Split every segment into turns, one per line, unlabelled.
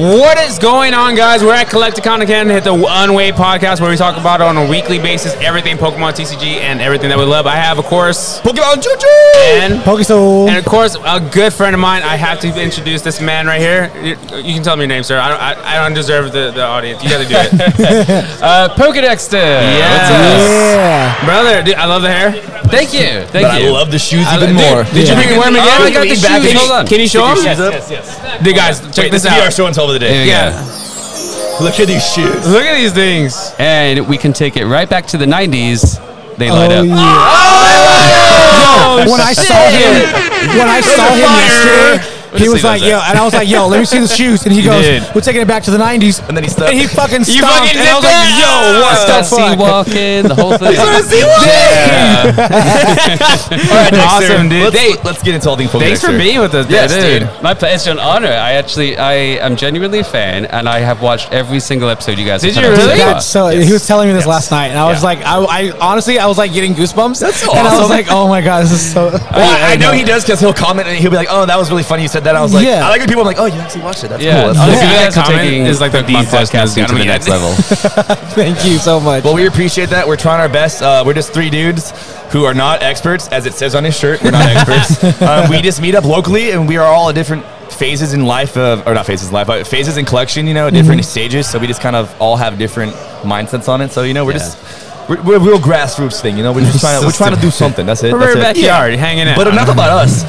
What is going on, guys? We're at Collecticon again at the Unway podcast where we talk about on a weekly basis everything Pokemon TCG and everything that we love. I have, of course,
Pokemon Choo Choo!
and,
Pokestone.
and of course, a good friend of mine. I have to introduce this man right here. You, you can tell me your name, sir. I don't, I, I don't deserve the, the audience. You got to do it.
Uh, Pokedex Day.
yes.
yeah.
Brother, dude, I love the hair.
Thank you. Thank
But
you.
I love the shoes
I
even
lo- dude,
more.
did
Did you
Yeah.
bring your worm
Oh,
again?
I got the back.
Can you-
Hold on.
Can you show him?
Yes,
Dude, guys, check
Wait,
this
this will be our
out.
show and tell of the day.
Yeah.
Look at these shoes.
Look at these things.
And we can take it right back to the 90s. They light
Oh,
up.
yeah.
Oh,
When I saw him, when I saw him
fire.
yesterday, he was
see
like,
those
"Yo," and I was like, "Yo, let me see the shoes." And he goes,
did.
"We're taking it back to the '90s."
And then he stopped.
And he fucking stopped.
You fucking
and I
did
was
that?
like, "Yo, what
Stop
the fuck?"
sea walking, the whole thing.
awesome, dude.
Let's, let's get into all things Pokemon.
Thanks for being with us,
Yes,
dude.
dude. My pl- it's an honor. I actually, I am genuinely a fan, and I have watched every single episode you guys.
Did
have
you
put out
really?
so far.
That's so he was telling me this
Yes.
last night, and I was
Yeah.
like, I, I honestly, I was like getting goosebumps,
That's so
and I was
awesome.
like, oh my god, this is so.
Well, Oh, I know he does because he'll comment and he'll be like, "Oh, that was really funny. You said that." I was like,
Yeah.
"I like when people are like, oh, you actually watched it. That's
Yeah,
cool." That's
honestly,
awesome.
you
Yeah,
guys are
comment
taking
is like the
these
podcast
podcasting
gotta
to
be
the next
that.
level.
Thank you so much.
Well, we appreciate that. We're trying our best. Uh, we're just three dudes who are not experts, as it says on his shirt. We're not experts. um, we just meet up locally, and we are all at different phases in life of, or not phases in life, but phases in collection. You know, different stages. So we just kind of all have different mindsets on it. So you know, we're
Yeah.
just we're, we're a real grassroots thing. You know, we're just trying to, we're trying to do something. That's it.
From our
That's it.
backyard, hanging out.
But enough about us.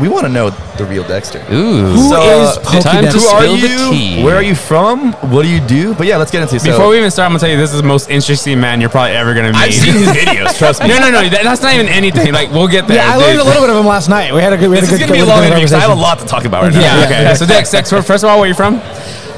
We want to know the real Dexter.
Ooh.
Who
so,
is
uh,
Pokedex?
time to
Who are
Spill the
you?
tea.
Where are you from? What do you do? But yeah, let's get into it. So-
Before we even start, I'm gonna tell you this is the most interesting man you're probably ever gonna meet.
I've seen his videos. Trust me.
no, no, no. That, that's not even anything. Like we'll get there.
yeah, I
dude.
learned a little bit of him last night. We had a good. We had
This
a
is
good
gonna be a
good
long interview because I have a
conversation.
lot to talk about right now.
Yeah,
Yeah,
okay.
yeah.
So, Dex, Dex, fir- first of all, where are you from?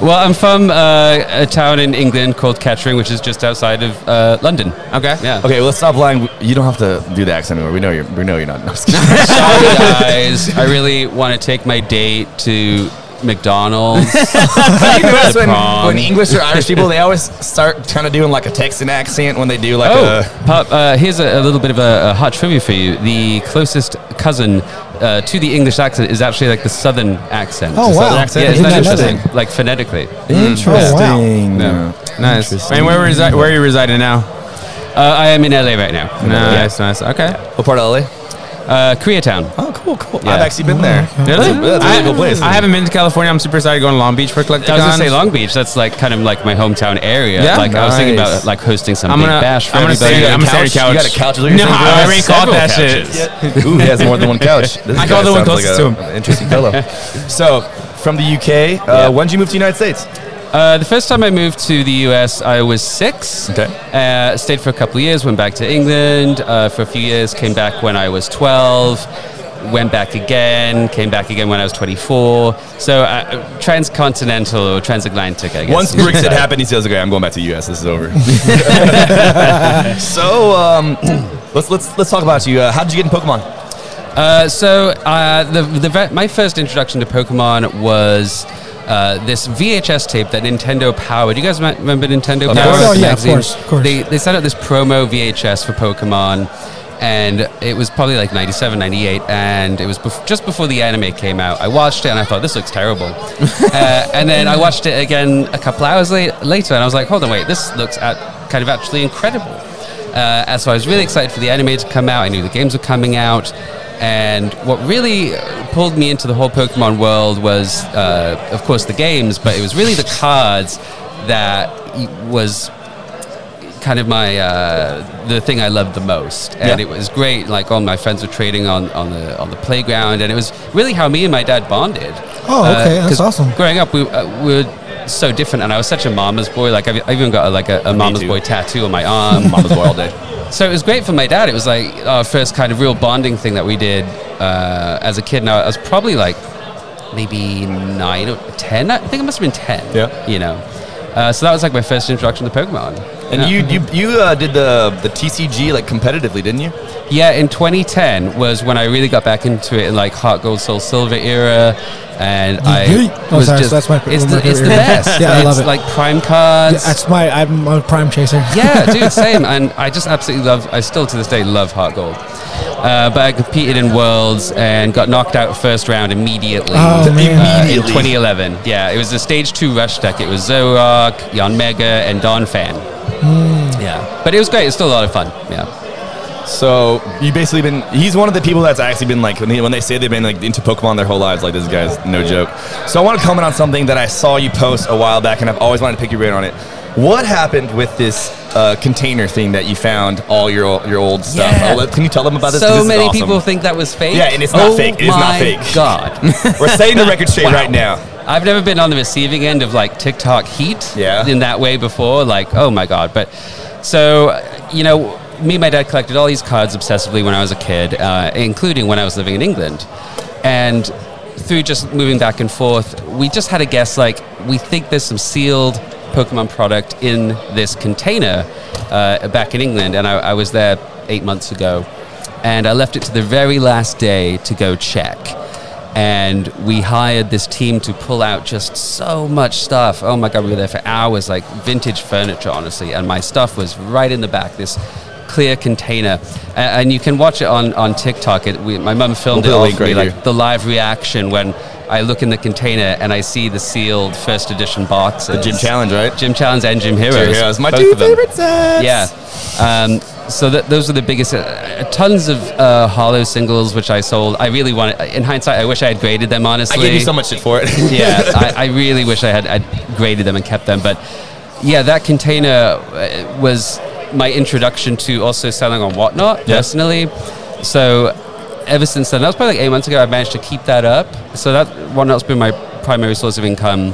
Well, I'm from uh, a town in England called Kettering, which is just outside of uh, London.
Okay.
Yeah.
Okay, well, let's stop lying. You don't have to do the accent anymore. We know you're. We know you're not. No, I'm just kidding.
Sorry, guys. I really want to take my date to McDonald's.
Have you noticed when,
Wrong.
Um,
when English or Irish people they always start kind of doing like a Texan accent when they do like
oh, pop, uh, here's a, a little bit of a, a hot trivia for you. The closest cousin uh, to the English accent is actually like the Southern accent.
Oh,
The
wow.
Southern accent.
Yeah, Mm. Oh,
Yeah,
I
isn't
did
that
not know
interesting? Like phonetically.
a
Interesting.
No.
Oh, Nice. And where, resi- where are you residing now?
Uh, I am in LA right now.
Nice, nice. Okay.
What part of LA?
Uh, Koreatown.
Oh, cool, cool.
Yeah.
I've actually been there.
Really?
That's a, that's a really
I,
cool place.
I haven't been to California. I'm super excited to go to Long Beach for Collecticons.
I was gonna say Long Beach. That's like kind of like my hometown area.
Yeah?
like I was thinking
Nice.
about like hosting some
I'm
big
gonna-
bash for
I'm gonna
everybody.
say-
You
I'm
got a
gonna say
couch?
couch.
You got a couch? with you?
No,
You're
I
saying,
already
bro,
caught that
several
shit.
couches. Ooh, he has more than one couch. This
I called
guy
the one
sounds
closest
a-
to him.
An interesting fellow. so, from the UK, uh,
Yeah.
when did you move to the United States?
Uh, the first time I moved to the US, I was six.
Okay.
Uh, stayed for a couple of years, went back to England uh, for a few years, came back when I was 12, went back again, came back again when I was 24. So uh, transcontinental or transatlantic, I guess.
Once Brexit happened, he says, "Okay, I'm going back to the U.S. This is over." so, um, let's let's let's talk about you. Uh, how did you get in Pokemon?
Uh, so uh, the, the ve- my first introduction to Pokemon was uh, this VHS tape that Nintendo powered. You guys mi- remember Nintendo
Of
Power?
course.
Oh,
the
yeah, of
magazine?
course, of course.
They, they sent out this promo VHS for Pokemon, and it was probably like 97, 98, and it was bef- just before the anime came out. I watched it and I thought, this looks terrible. uh, and then I watched it again a couple hours late, later, and I was like, hold on, wait, this looks at- kind of actually incredible. Uh, and so I was really excited for the anime to come out. I knew the games were coming out. And what really uh, pulled me into the whole Pokemon world was, uh, of course, the games, but it was really the cards that y- was kind of my uh, the thing I loved the most, and
Yeah.
it was great. Like all my friends were trading on, on the on the playground, and it was really how me and my dad bonded. Uh,
Oh, okay, that's
'cause
awesome.
Growing up, we, uh, we were so different, and I was such a mama's boy. Like I've, I even got a, like a, a mama's
too.
boy tattoo on my arm.
Mama's boy all day.
So it was great for my dad. It was like our first kind of real bonding thing that we did uh, as a kid. Now I was probably like maybe nine or ten. I think I must have been ten.
Yeah.
You know. Uh, so that was like my first introduction to Pokemon.
And you you you uh, did the the TCG like competitively, didn't you?
Yeah, in 2010 was when I really got back into it in like Heart Gold Soul Silver era, and I
Yeet. Oh,
was
sorry,
just
that's my-
it's
my
the, it's the
favorite era.
best.
Yeah, I
it's
love it.
Like prime cards.
That's my. I'm a prime chaser.
yeah, dude, same. And I just absolutely love. I still to this day love Heart Gold. Uh, but I competed in Worlds and got knocked out first round immediately.
Oh, man.
Uh, in
Immediately.
2011, yeah, it was a stage two rush deck. It was Zorak, Yon Mega, and Don Fan.
Hmm.
Yeah, but it was great. It's still a lot of fun. Yeah,
So you basically been. He's one of the people that's actually been like when they, when they say they've been like into Pokemon their whole lives. Like this guy's no joke. So I want to comment on something that I saw you post a while back, and I've always wanted to pick your brain on it. What happened with this uh, container thing that you found all your ol- your old stuff?
Yeah.
I'll let- Can you tell them about this? 'Cause
so
this is
many
awesome.
people think that was fake.
Yeah, and it's not
Oh
fake. It is not
my
fake.
God.
We're setting the record straight
Wow.
right now.
I've never been on the receiving end of like TikTok heat
Yeah.
in that way before. Like, oh my God. But so, you know, me and my dad collected all these cards obsessively when I was a kid, uh, including when I was living in England. And through just moving back and forth, we just had a guess like, we think there's some sealed Pokemon product in this container uh, back in England. And I, I was there eight months ago. And I left it to the very last day to go check and we hired this team to pull out just so much stuff. Oh my god, we were there for hours, like vintage furniture, honestly. And my stuff was right in the back, this clear container, A- and you can watch it on on TikTok. It, we, my mum filmed
We'll put a
it all
link
for me,
right
like
here.
the live reaction when I look in the container and I see the sealed first edition boxes.
The Gym Challenge, right?
Gym Challenge and Gym
Here
Heroes.
it is. my
both
two
of them.
favorite sets.
Yeah. Um, so th- those are the biggest. Uh, tons of uh, hollow singles which I sold. I really wanted. In hindsight, I wish I had graded them.
I
Honestly,
gave you so much shit for it.
yeah, I, I really wish I had I'd graded them and kept them. But yeah, that container uh, was my introduction to also selling on Whatnot personally. So ever since then, that was probably like eight months ago, I've managed to keep that up. So that Whatnot's been my primary source of income.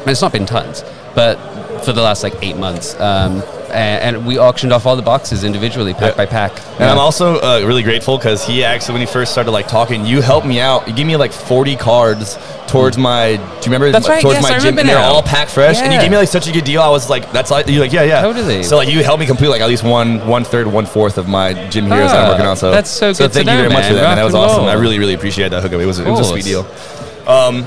And it's not been tons, but for the last like eight months. Um, and, and we auctioned off all the boxes individually, pack by pack.
And I'm also uh, really grateful because he actually, when he first started like talking, you helped me out. You gave me like 40 cards towards my. Do you remember?
Hmm. That's
my-
right,
Towards
yes,
my
I
gym,
remember
and they're
now.
all packed fresh, and you
Yeah.
gave me like such a good deal. I was like, "That's like," you're like, "Yeah, yeah."
Totally.
So like, you helped me complete like at least one one third, one fourth of my gym heroes that I'm
Ah,
working on. So
that's so good to
thank you
know,
very much for
man.
that. Man. That was
Rock and
awesome.
roll.
I really really appreciate that hookup. It was it was a sweet
course.
deal. Um,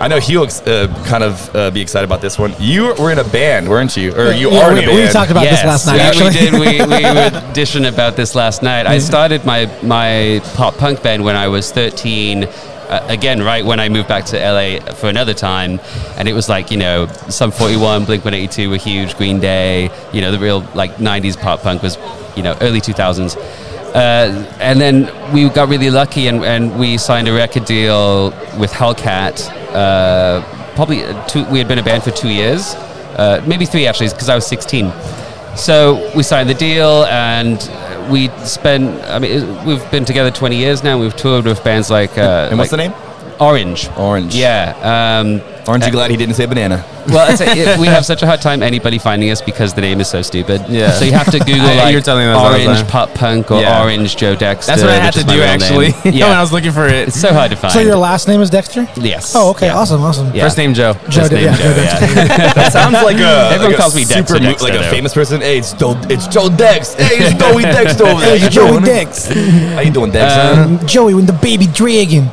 I know he'll ex- uh, kind of uh, be excited about this one. You were in a band, weren't you? Or you
Yeah,
are in
we,
a band?
we talked about this last night.
we,
actually,
we did. We, we were dishing about this last night. I started my my pop punk band when I was thirteen. Uh, again, right when I moved back to LA for another time, and it was like you know, some Forty One, Blink One Eighty Two were huge, Green Day, you know, the real like '90s pop punk was, you know, early 2000s. Uh, and then we got really lucky, and, and we signed a record deal with Hellcat. Uh, probably uh, two, we had been a band for two years, uh, maybe three actually, because I was 16. So we signed the deal and uh, we spent, I mean, we've been together 20 years now. We've toured with bands like. Uh,
And what's the
like
name?
Orange.
Orange.
Yeah. Um,
Aren't you glad he didn't say banana?
well, it's a, it, we have such a hard time anybody finding us because the name is so stupid.
Yeah.
So you have to Google
I-
like
you're telling me that's all the
Orange
time.
Pop Punk or
Yeah.
Orange Joe Dexter.
That's what I had
which
to
is my
do
real
actually.
name.
when I
yeah.
was looking for it.
It's so hard to find.
So your last name is Dexter.
yes.
Oh, okay,
Yeah.
awesome, awesome.
Yeah.
First name Joe.
Joe,
Last
did-
name
yeah,
Joe,
Joe Dexter.
That sounds like hmm. a
Everyone
like
calls
a
me Dex
super
or
mo-
Dexter,
like a
though.
famous person. Hey, it's Joe, it's Joe Dex. Hey, it's Joey Dex over there.
Hey,
You
Joey
doing?
Dex.
How you doing, Dex?
Uh,
huh?
Uh-huh.
Joey with the baby dragon.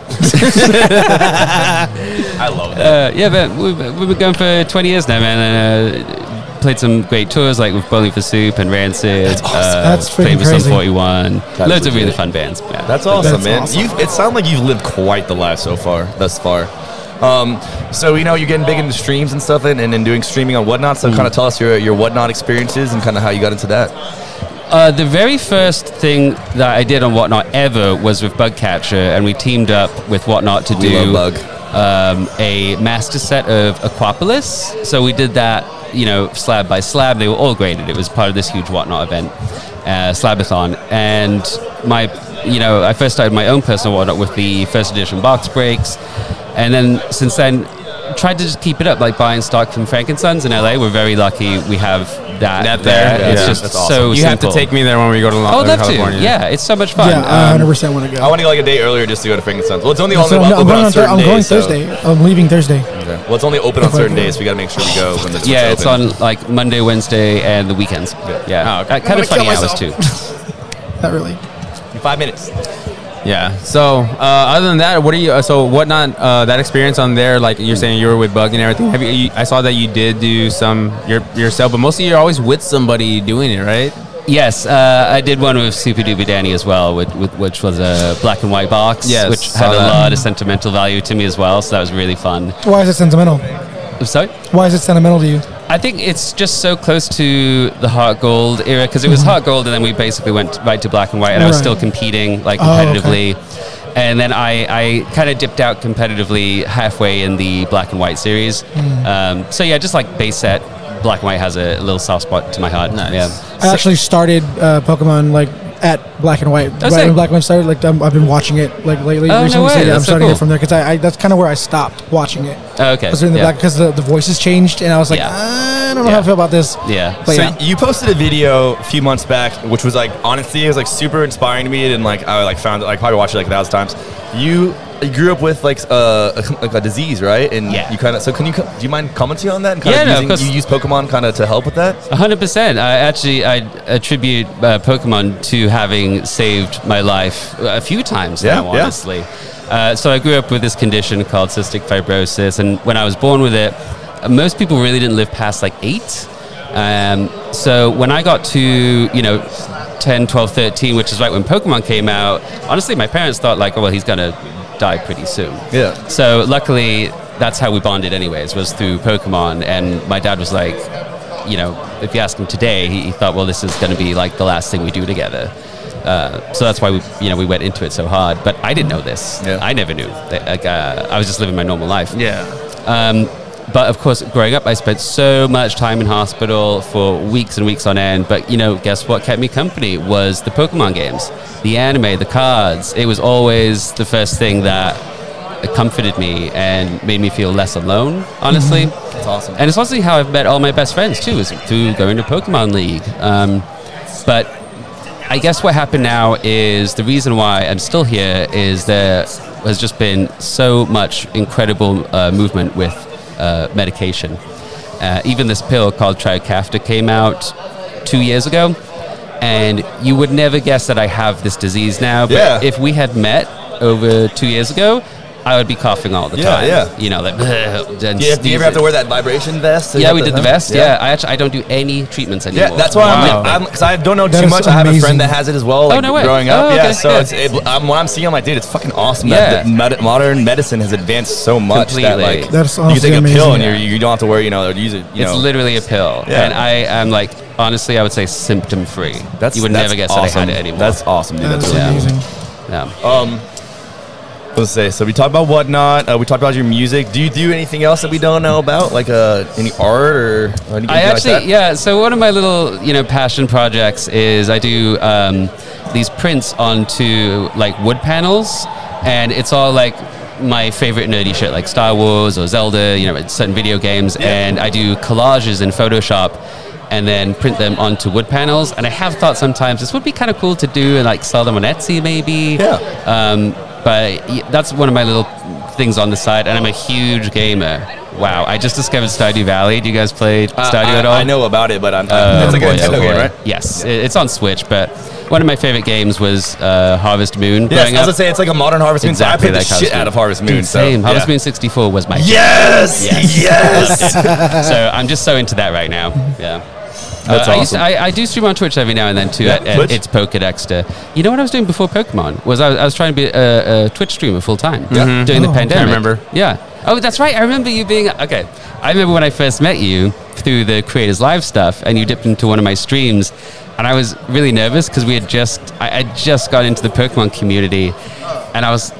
I love that.
Uh, yeah, but we've, we've been going for 20 years now, man. And, uh, played some great tours like with Bowling for Soup and Rancid. That's awesome. Uh,
That's freaking
played with Sum
crazy.
41.
That's
Loads of really
legit.
fun bands. Yeah.
That's awesome,
That's
man.
awesome.
You've, it sounds like you've lived quite the life so far, thus far. Um, so you know you're getting big into streams and stuff, and and, and doing streaming on whatnot. So kind of tell us your your whatnot experiences and kind of how you got into that.
Uh, the very first thing that I did on Whatnot ever was with Bugcatcher, and we teamed up with Whatnot to
We
do
love Bug.
um, a master set of Aquapolis. So we did that, you know, slab by slab. They were all graded. It was part of this huge Whatnot event, uh, Slabathon. And my, you know, I first started my own personal Whatnot with the first edition box breaks, and then since then tried to just keep it up, like buying stock from Frankenstein's in LA. We're very lucky. We have that,
That
there.
there.
It's
Yeah.
just
That's
so
awesome.
you have to
simple.
take me there when we Oh, go Oh, to Long
I would love
California.
to. Yeah, it's so much fun.
yeah, uh, I
Um,
100% want to go.
I want to go like a day earlier just to go to Frankenstein's. Well, it's only
That's
only
what I'm,
open
I'm going
on
on Thur-
certain
I'm going
days. so-
Thursday. I'm leaving Thursday.
Okay. Well, it's only open on
Okay.
certain days. So we got to make sure we go when the
yeah, it's
open.
on like Monday, Wednesday, and the weekends. Yeah,
Oh, okay.
Uh, kind
I'm
of funny
gonna
hours
kill
too.
Not really.
in five minutes.
Yeah. So, uh, other than that, what are you? Uh, so, what not uh, that experience on there? Like you're saying, you were with Bug and everything. Have you, you? I saw that you did do some your, yourself, but mostly you're always with somebody doing it, right?
Yes, uh, I did one with Super Duper Danny as well, which, with- which was a black and white box,
Yes,
which
saw
had a
that.
lot of sentimental value to me as well. So that was really fun.
Why is it sentimental?
I'm sorry.
Why is it sentimental to you?
I think it's just so close to the Heart Gold era because it was Heart Gold, and then we basically went right to black and white, and I was
Mm-hmm. Right.
still competing like
Oh,
competitively. And then I, I kind of dipped out competitively halfway in the black and white series.
Mm.
Um, so yeah, just like base set, black and white has a little soft spot to my heart.
Nice.
Yeah.
I actually started uh, Pokemon like at Black and White. right
Oh, sick.
when Black and White started, like i I've been watching it like lately.
Oh, no
recently,
way.
yeah, I'm
That's so
starting
cool.
it from there because I, I that's kind of where I stopped watching it.
Oh, okay.
I was in the
yeah.
black because the, the voices changed, and I was like,
Yeah.
I don't know
Yeah.
how I feel about this.
Yeah.
But
so
yeah.
you posted a video a few months back, which was like honestly, it was like super inspiring to me, and like I like found it, like probably watched it like a thousand times. You, you grew up with like uh, a like a disease, right? And
Yeah.
you kind of so can you co- do you mind commenting on that? And kind
Yeah,
of
no, of
using,
course.
you use Pokemon kind of to help with that.
A hundred percent. I actually I attribute uh, Pokemon to having saved my life a few times
Yeah,
now.
yeah.
Honestly, uh, so I grew up with this condition called cystic fibrosis, and when I was born with it, uh, most people really didn't live past like eight. Um, so when I got to you know 10, 12, 13, which is right when Pokemon came out, honestly, my parents thought like, oh well, he's gonna die pretty soon.
Yeah.
So luckily, that's how we bonded, anyways, was through Pokemon. And my dad was like, you know, if you ask him today, he, he thought, well, this is going to be like the last thing we do together. Uh, so that's why we, you know, we went into it so hard. But I didn't know this.
Yeah.
I never knew. Like, uh, I was just living my normal life.
Yeah.
Um, but of course, growing up, I spent so much time in hospital for weeks and weeks on end. But you know, guess what kept me company was the Pokemon games, the anime, the cards. It was always the first thing that comforted me and made me feel less alone. Honestly,
That's awesome.
and it's also how I've met all my best friends too, is through going to Pokemon League. Um, but I guess what happened now is the reason why I'm still here is there has just been so much incredible uh, movement with uh, medication. Uh, even this pill called Trikafta came out two years ago, and you would never guess that I have this disease now. But
Yeah.
if we had met over two years ago, I would be coughing all the
Yeah,
time.
yeah.
You know, like, and
Do you, do you ever have to wear that vibration vest?
yeah, we did the vest. Yeah, I actually I don't do any treatments
Yeah,
anymore.
that's why
Wow.
I'm like, I'm because I don't know
That
too
is
much. I have a
amazing.
friend that has it as well. Like
no way.
growing up,
Oh,
yeah.
okay,
So
yeah.
It's, it, I'm, when I'm seeing, I'm like, dude, it's fucking awesome.
Yeah.
That the med- modern medicine has advanced so much that
Completely.
like
That's
you can take a
honestly
pill and
amazing.
you're, you don't have to worry. You know, or use it. You
it's
know,
literally a pill,
Yeah.
and I am like honestly, I would say symptom free.
that's
you would
that's
never guess
awesome.
that I had it anymore.
That's awesome, dude. That's
That's
really
yeah.
amazing.
um.
yeah.
Let's say so. We talked about whatnot. Uh, we talked about your music. Do you do anything else that we don't know about, like uh, any art or anything
I actually,
like that?
yeah. So one of my little, you know, passion projects is I do um, these prints onto like wood panels, and it's all like my favorite nerdy shit, like Star Wars or Zelda, you know, it's certain video games, and I do collages in Photoshop. And then print them onto wood panels. And I have thought sometimes this would be kind of cool to do and like sell them on Etsy maybe.
Yeah.
Um, but y- that's one of my little things on the side. And I'm a huge gamer. Wow. I just discovered Stardew Valley. Do you guys play
Uh,
Stardew
I,
at all?
I know about it, but I'm.
Oh,
Uh, it's like
boy,
a Nintendo
oh,
game,
boy.
right?
Yes, it- it's on Switch, but one of my favorite games was uh, Harvest Moon.
Yes,
growing
I was
up.
gonna say it's like a modern Harvest Moon. so
Exactly
I played
like
the
Harvest
shit
Moon.
out of Harvest Moon.
Dude,
so,
same. Harvest
yeah.
Moon 64 was my
Yes, yes.
Yes. So I'm just so into that right now. Yeah. Uh,
That's
I, used to-
awesome.
I, I do stream on Twitch every now and then too.
Yeah,
at, at
Twitch?
it's Pokedexter. You know what I was doing before Pokemon was I was, I was trying to be a, a Twitch streamer full time
Yeah.
during
Oh,
the
okay.
pandemic.
I remember.
Yeah. Oh, that's right. I remember you being okay. I remember when I first met you through the Creators Live stuff, and you dipped into one of my streams, and I was really nervous because we had just I, I just got into the Pokemon community, and I was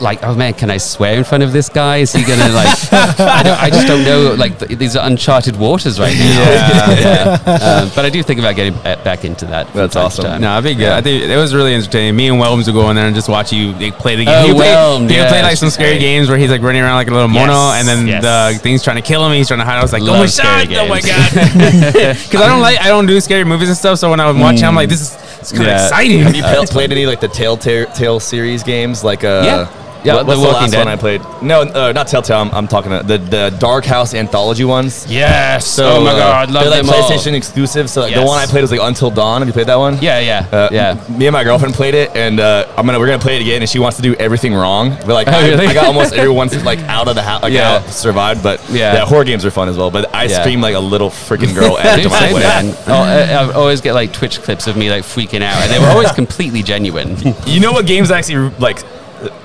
like, oh man, can I swear in front of this guy? Is he gonna like? I, don't, I just don't know. Like th- these are uncharted waters right now.
Yeah.
Yeah. Um, but I do think about getting ba- back into that. from
That's
time to
awesome.
time.
No, I think uh, I think it was really entertaining. Me and Whelms would go in there and just watch you like, play the game.
Oh,
he would play,
Whelm,
he would
yeah,
play like
it's
some scary
great.
games where he's like running around like a little mono,
Yes,
and then
yes.
the thing's trying to kill him. and He's trying to hide. I was like, oh my
Love scary
god, oh my
games.
god, because I don't like I don't do scary movies and stuff. So when I was watching, I'm like, this is it's kind of
Yeah.
exciting.
Have you pl- played any like the Telltale Tale series games? Like uh,
Yeah. Yeah,
what-
The
what's the,
Walking
last
Dead.
one I played? No, uh, not Telltale. I'm, I'm talking about the the Dark House anthology ones.
Yes.
So,
oh my
uh,
god, love
they're like
them all.
PlayStation exclusive. So like, the
Yes.
one I played was like Until Dawn. Have you played that one?
Yeah, yeah,
Uh,
yeah.
Me and my girlfriend played it, and uh, I'm gonna we're gonna play it again. And she wants to do everything wrong. But like,
Oh,
I,
really?
I got almost everyone's like out of the house. Like,
Yeah.
out, survived. But
Yeah.
yeah. horror games are fun as well. But I
Yeah.
scream like a little freaking girl after
Dude,
my
same,
play.
man. Oh, I, I always get like Twitch clips of me like freaking out, and they were always completely genuine.
You know what games actually like,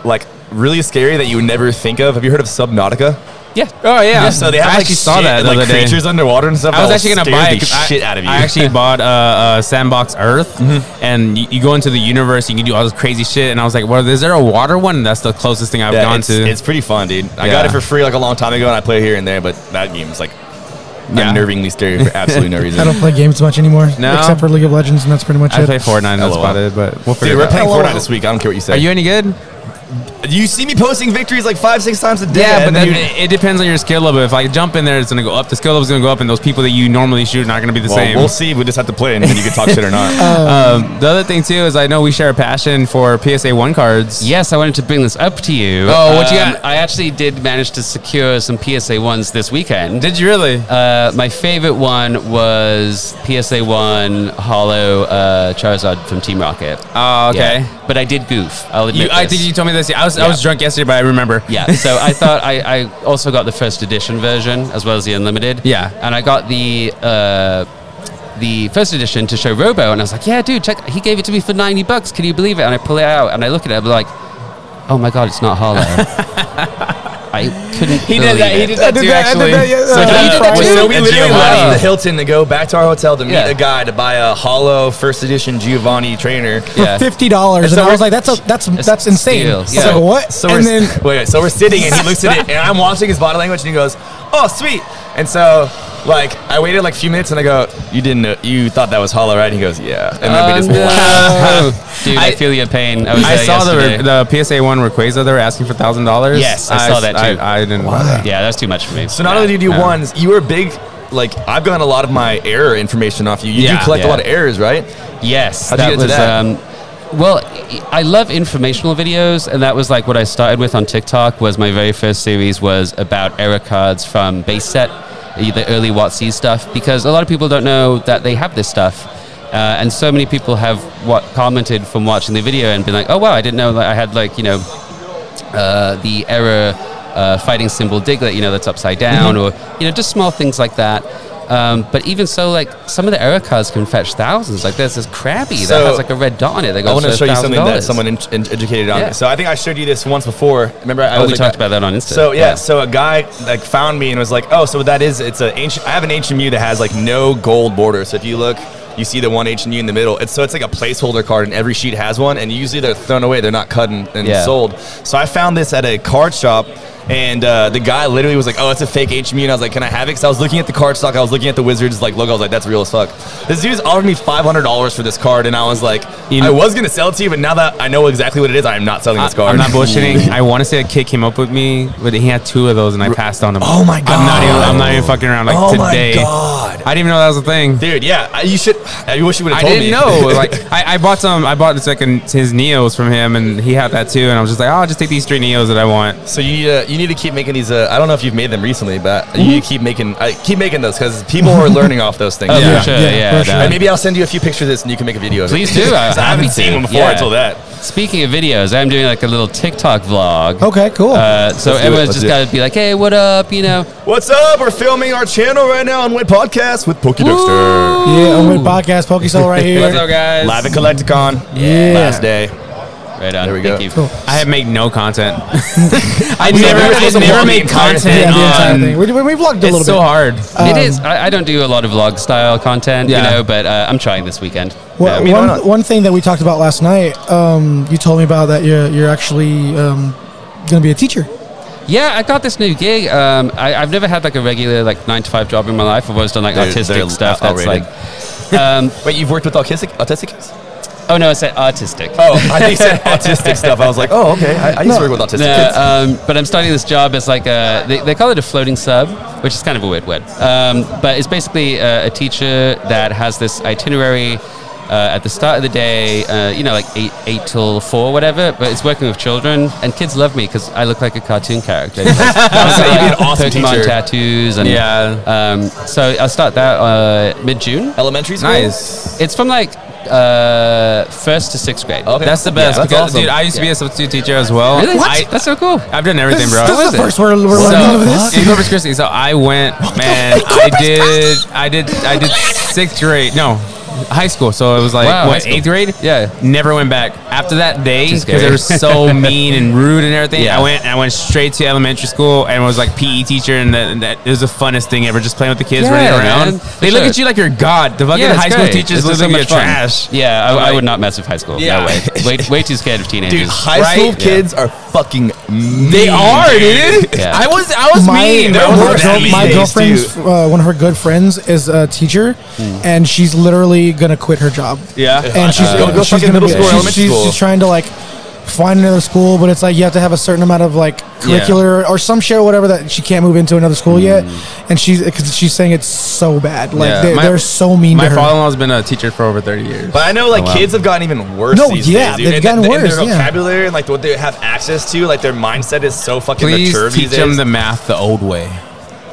like really scary that you would never think of? Have you heard of Subnautica?
yeah.
Oh yeah.
So they have
I
like
actually saw
shit
that
and,
the
like
other day.
creatures underwater and stuff.
I was
that'll
actually gonna
scare
buy
the
it. 'cause I-
shit out of you. Mm-hmm.
I actually bought uh, uh, Sandbox Earth, and you, you go into the universe, you can do all this crazy shit. And I was like, well, is there a water one? And that's the closest thing I've
Yeah,
gone
it's,
to.
it's pretty fun, dude. I got
Yeah.
it for free like a long time ago, and I play here and there. But that game is like
Yeah.
unnervingly scary for absolutely no reason.
I don't play games much anymore,
No.
except for League of Legends, and that's pretty much
I
it.
play Fortnite. That's
LOL.
about it. But we'll figure
Dude, we're
it out.
playing Fortnite this week. I don't care what you say.
Are you any good?
You see me posting victories like five, six times a day.
Yeah, but
and
then
you-
it, it depends on your skill level. If I jump in there, it's gonna go up. The skill level's gonna go up, and those people that you normally shoot are not gonna be the
well,
same.
we'll see. We just have to play, and then you can talk shit or not.
um, the other thing too is I know we share a passion for PSA one cards.
Yes, I wanted to bring this up to you. Um,
Oh, what you got?
I actually did manage to secure some PSA ones this weekend.
Did you really?
Uh, my favorite one was PSA one Hollow uh, Charizard from Team Rocket.
Oh, okay.
Yeah. But I did goof. I'll admit
You, I
this.
think you told me this. I was I
Yeah.
was drunk yesterday, but I remember.
Yeah, so I thought I, I also got the first edition version as well as the unlimited.
Yeah.
and I got the uh, the first edition to show Robo, and I was like, "Yeah, dude, check." He gave it to me for ninety bucks. Can you believe it? And I pull it out, and I look at it, I'm like, "Oh my god, it's not hollow." I couldn't.
He did that. He did that
I
too.
did that, I did
Actually,
that, yeah.
So
Uh,
he-
you tried
so
to-
we literally
we literally
laughed.
left the Hilton to go back to our hotel to meet
Yeah.
a guy to buy a hollow first edition Giovanni trainer.
Yeah.
Fifty dollars,
So
and I
we're-
was like, "That's a, that's that's
a
insane."
steal,
I was
yeah.
like, "What?"
So
and
we're,
then
wait, wait, so we're sitting and he looks at it and I'm watching his body language and he goes, "Oh, sweet." And so, like, I waited like a few minutes and I go, "You didn't know, you thought that was hollow, right?" And he goes, "Yeah." And then we
Oh,
just
no. dude,
Uh,
I,
I-
feel your pain. I was.
I
there
saw
yesterday.
the the PSA one Rayquaza. They were asking for thousand dollars.
Yes, I saw that, too.
I, I didn't buy that.
yeah, that's too much for me.
So not only do you do ones, you are big. Like I've gotten a lot of my error information off you. You
Yeah,
do collect
yeah.
a lot of errors, right?
Yes,
How'd you get to that?
Um, well, I love informational videos, and that was like what I started with on TikTok. Was my very first series was about error cards from base set, the early WotC stuff, because a lot of people don't know that they have this stuff, uh, and so many people have what commented from watching the video and been like, "Oh wow, I didn't know that I had like you know uh, the error uh, fighting symbol diglet, you know, that's upside
Mm-hmm.
down, or you know, just small things like that. Um, but even so, like some of the error cards can fetch thousands. Like there's this crabby
So-
that has like a red dot on it. That goes
I want to
for
show you something that
$1,000.
someone in, in- educated on.
Yeah.
So I think I showed you this once before. Remember, I
Oh,
was
we
like
talked
a-
about that on Insta.
So yeah, so a guy like found me and was like, "Oh, so that is it's an ancient. I have an ancient Mew that has like no gold border. So if you look, you see the one ancient Mew in the middle. It's so it's like a placeholder card, and every sheet has one. And usually they're thrown away. They're not cut and, and
Yeah.
sold. So I found this at a card shop. And uh, the guy literally was like, "Oh, it's a fake HMU," and I was like, "Can I have it?" Because I was looking at the card stock, I was looking at the Wizards like logo. I was like, "That's real as fuck." This dude's offered me five hundred dollars for this card, and I was like,
You
"I
know-
was gonna sell it to you, but now that I know exactly what it is, I am not selling this
I,
card."
am not bullshitting. I want to say a kid came up with me, but he had two of those, and I passed on them.
Oh my
I'm not even. I'm
God.
not even fucking around. Like
oh
today,
my god!
I didn't even know that was a thing.
Dude, yeah, I- you should. I wish you would have
I
told
didn't
me.
know. Like I, I bought some. I bought the second his neos from him, and he had that too. And I was just like, oh, I'll just take these three neos that I want.
so you need to you need to keep making these. Uh, I don't know if you've made them recently, but you need to keep making I keep making those because people are learning off those things.
Oh,
Yeah.
for sure,
Yeah,
yeah.
for sure.
no.
And maybe I'll send you a few pictures of this, and you can make a video. of it.
Please do. I'm
'Cause I haven't
happy
seen
to.
one before
Yeah.
until that.
Speaking of videos, I'm doing like a little TikTok vlog.
okay, cool.
Oh,
Uh, so
Let's do it,
everyone's
let's
just
do it.
got to be like, "Hey, what up?" You know.
What's up? We're filming our channel right now on Wet Podcast with Pokey Dexter.
yeah, I'm with podcast Pokesol right here.
What's up, guys?
Live at Collecticon.
Yeah.
Last day.
Right on.
There we go.
Thank you.
Cool.
I have made no content. I
We-
never.
we were
I
supposed to
never
vlog the
made
entire thing.
content
yeah, the entire
on.
thing. We, we, we vlogged a little
It's so
bit.
hard.
it
Um,
is. I, I don't do a lot of vlog style content,
Yeah.
you know, but uh, I'm trying this weekend.
Well,
I mean, why
one,
not?
one thing that we talked about last night, um, you told me about that you're, you're actually um, going to be a teacher.
Yeah, I got this new gig. Um, I, I've never had like a regular like nine to five job in my life. I've always done like
They're-
artistic
they're
stuff. That's
outrated.
like, um,
Wait, you've worked with autistic autistic kids?
oh no, I said artistic.
Oh, I think you said autistic stuff. I was like, oh, okay. I, I used to work with autistic
No,
kids.
um, but I'm starting this job as like a, they, they call it a floating sub, which is kind of a weird word. Um, but it's basically uh, a, a teacher that has this itinerary uh, at the start of the day, uh, you know, like eight, eight till four, whatever. But it's working with children, and kids love me because I look like a cartoon character. I
was saying, you'd be an awesome
Pokemon
teacher.
tattoos, and
Yeah.
Um, so I'll start that uh, mid June.
Elementary school.
Nice.
It's from like uh, first to sixth grade.
Okay.
That's the best
Yeah, that's
because,
awesome.
dude, I used to be a substitute teacher as well.
Really?
I,
That's so cool.
I've done everything, bro.
this is the first word we're learning
So
of this.
in Corpus Christi, so I went, man. I did, I did, I did sixth grade, no, high school. So it was like
Wow, high
what
school.
eighth grade?
Yeah.
Never went back after that day
Too
because
scary.
they were so mean and rude and everything.
Yeah.
I went, and I went straight to elementary school and was like PE teacher, and that, and that it was the funnest thing ever, just playing with the kids
Yeah,
running around.
man, for
They look
sure.
at you like you're god. The fucking
it's
high school
great.
teachers
It's
look
just
like
so
you're
much fun.
trash.
Yeah, I, I
Like-
would not mess with high school.
Yeah.
No way. way. Way too scared of teenagers.
Dude, high
Right?
school kids are fucking mean.
They are, dude.
Yeah.
I was, I was
my,
mean.
they're
I was
my
worse
girl-
these
my
days,
girlfriend's uh, one of her good friends is a teacher, and she's literally gonna quit her job.
Yeah.
and she's,
Uh,
Go- go
she's
fucking
gonna
middle
be
school or
she's,
elementary
she's,
school.
she's trying to like find another school, but it's like you have to have a certain amount of like curricular or some shit or whatever that she can't move into another school yet, and she's because she's saying it's so bad. Like
Yeah.
they,
My-
they're so mean.
My
to her.
father-in-law's been a teacher for over 30 years.
But I know like
Oh, wow.
kids have gotten even worse.
No,
these
yeah,
days, dude.
they've
And
gotten
th- and
worse,
Their
yeah.
vocabulary and like what they have access to, like their mindset is so fucking
Please
mature
teach
these days.
them the math the old way.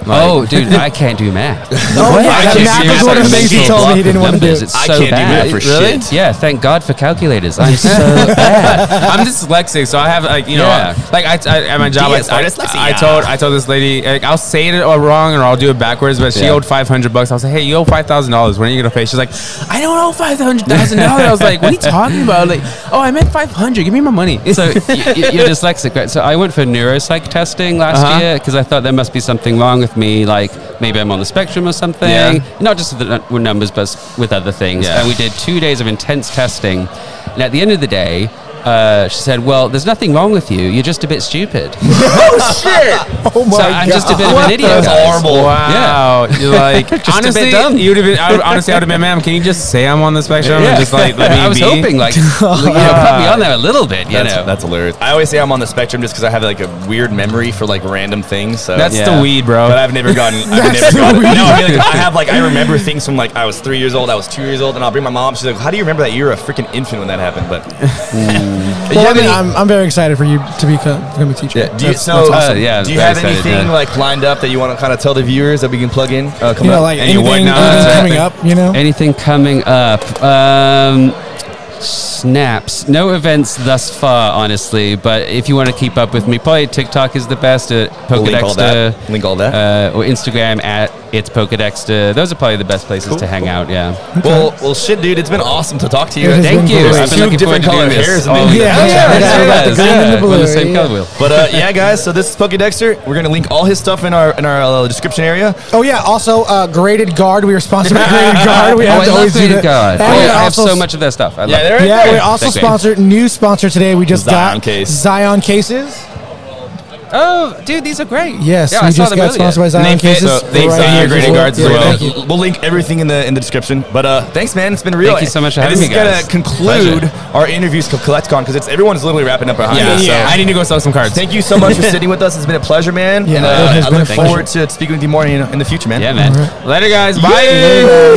oh, dude, I can't do math.
Oh, yeah,
I
that
can't
math
do
was one of the
math.
things he told me he didn't want to do.
Numbers, It's
I
so
can't do
bad.
math for
Really?
shit.
Yeah, thank God for calculators. I'm so bad.
I'm dyslexic, so I have like you know,
Yeah.
like I, I at my job,
Yes,
I, I,
or dyslexia.
I told I told this lady, like, I'll say it all wrong or I'll do it backwards, but she
Yeah.
owed 500 bucks. I was like, hey, you owe five thousand dollars. When are you gonna pay? She's like, I don't owe five hundred thousand dollars. I was like, what are you talking about? Like, oh, I meant five hundred. Give me my money.
So y- y- you're dyslexic, right? So I went for neuropsych testing last
Uh-huh.
year because I thought there must be something wrong with me, like maybe I'm on the spectrum or something.
Yeah.
Not just with, the, nu- with numbers, but s- with other things.
Yeah.
And we did two days of intense testing. And at the end of the day, uh, she said, "Well, there's nothing wrong with you. You're just a bit stupid."
Oh my
so
god!
I'm just a bit of an idiot.
That's
guys.
horrible.
Wow, you're like
a bit
honestly,
dumb.
you would have been. I would, honestly, I would have been, ma'am. Can you just say I'm on the spectrum and just like let me
I was
be?
hoping like you know, put me on there a little bit, you
That's,
know.
that's hilarious. I always say I'm on the spectrum just because I have like a weird memory for like random things. So
That's
Yeah.
the weed, bro.
But I've never gotten. I've never gotten. No, I, mean, like, I have like I remember things from like I was three years old, I was two years old, and I'll bring my mom. She's like, "How do you remember that? You were a freaking infant when that happened." But
Well, I mean, I'm, I'm very excited for you to become, become a teacher.
do you,
That's-
so,
that's awesome.
Uh, yeah,
do you
very
have
excited,
anything
yeah.
like lined up that you want to kind of tell the viewers that we can plug in? Uh, come
you know,
up?
like
and you
anything, uh, anything
whatnot,
that
coming
thing.
up, you know.
Anything coming up? Um, snaps. No events thus far, honestly. But if you want to keep up with me, probably TikTok is the best. At
We'll link all that.
Pokedexter,
Link all that.
uh, or Instagram at it's Pokedexter. Those are probably the best places
Cool,
to hang
cool.
out. Yeah.
Well, well, shit, dude. It's been awesome to talk to you.
It has
Thank
been
you.
great.
I've been
Two
looking
different
forward
colored
to doing
hairs
this.
and
Oh,
then-
yeah,
Yeah, yeah, yeah, about the
yes,
green and the
yeah. We're the
blue,
same
yeah.
color wheel.
But uh, yeah, guys. So this is Pokedexter. We're gonna link all his stuff in our in our uh, description area.
Oh yeah. Also, uh, graded guard. We are sponsored by graded guard. We
Oh,
have
I
to
love
always do that.
Creative God. Oh,
And we
I have
also-
so much of their stuff. I love it.
they're right
Yeah,
there.
we're also
Thank you.
sponsored. New sponsor today. We just
Zion
got
Case.
Zion Cases.
Oh, dude, these are great.
Yes,
Yeah,
we
I saw
just
them
got
earlier.
sponsored by Zion
Name fit,
Cases.
so thanks,
Right
Zion
here.
Graded Guards as
Yeah,
well.
thank you.
We'll link everything in the in the description. But uh, thanks, man. It's been real.
Thank you so much for
and
having me, guys.
This is gonna conclude our interviews with CollectCon because it's everyone's literally wrapping up behind
Yeah,
us.
so
So.
I need to go sell some cards.
Thank you so much for sitting with us. It's been a pleasure, man.
Yeah,
and,
it has
uh, I
been a
look
pleasure.
forward to speaking with you more in, in the future, man.
Yeah, man.
Later, guys. Bye.
Later.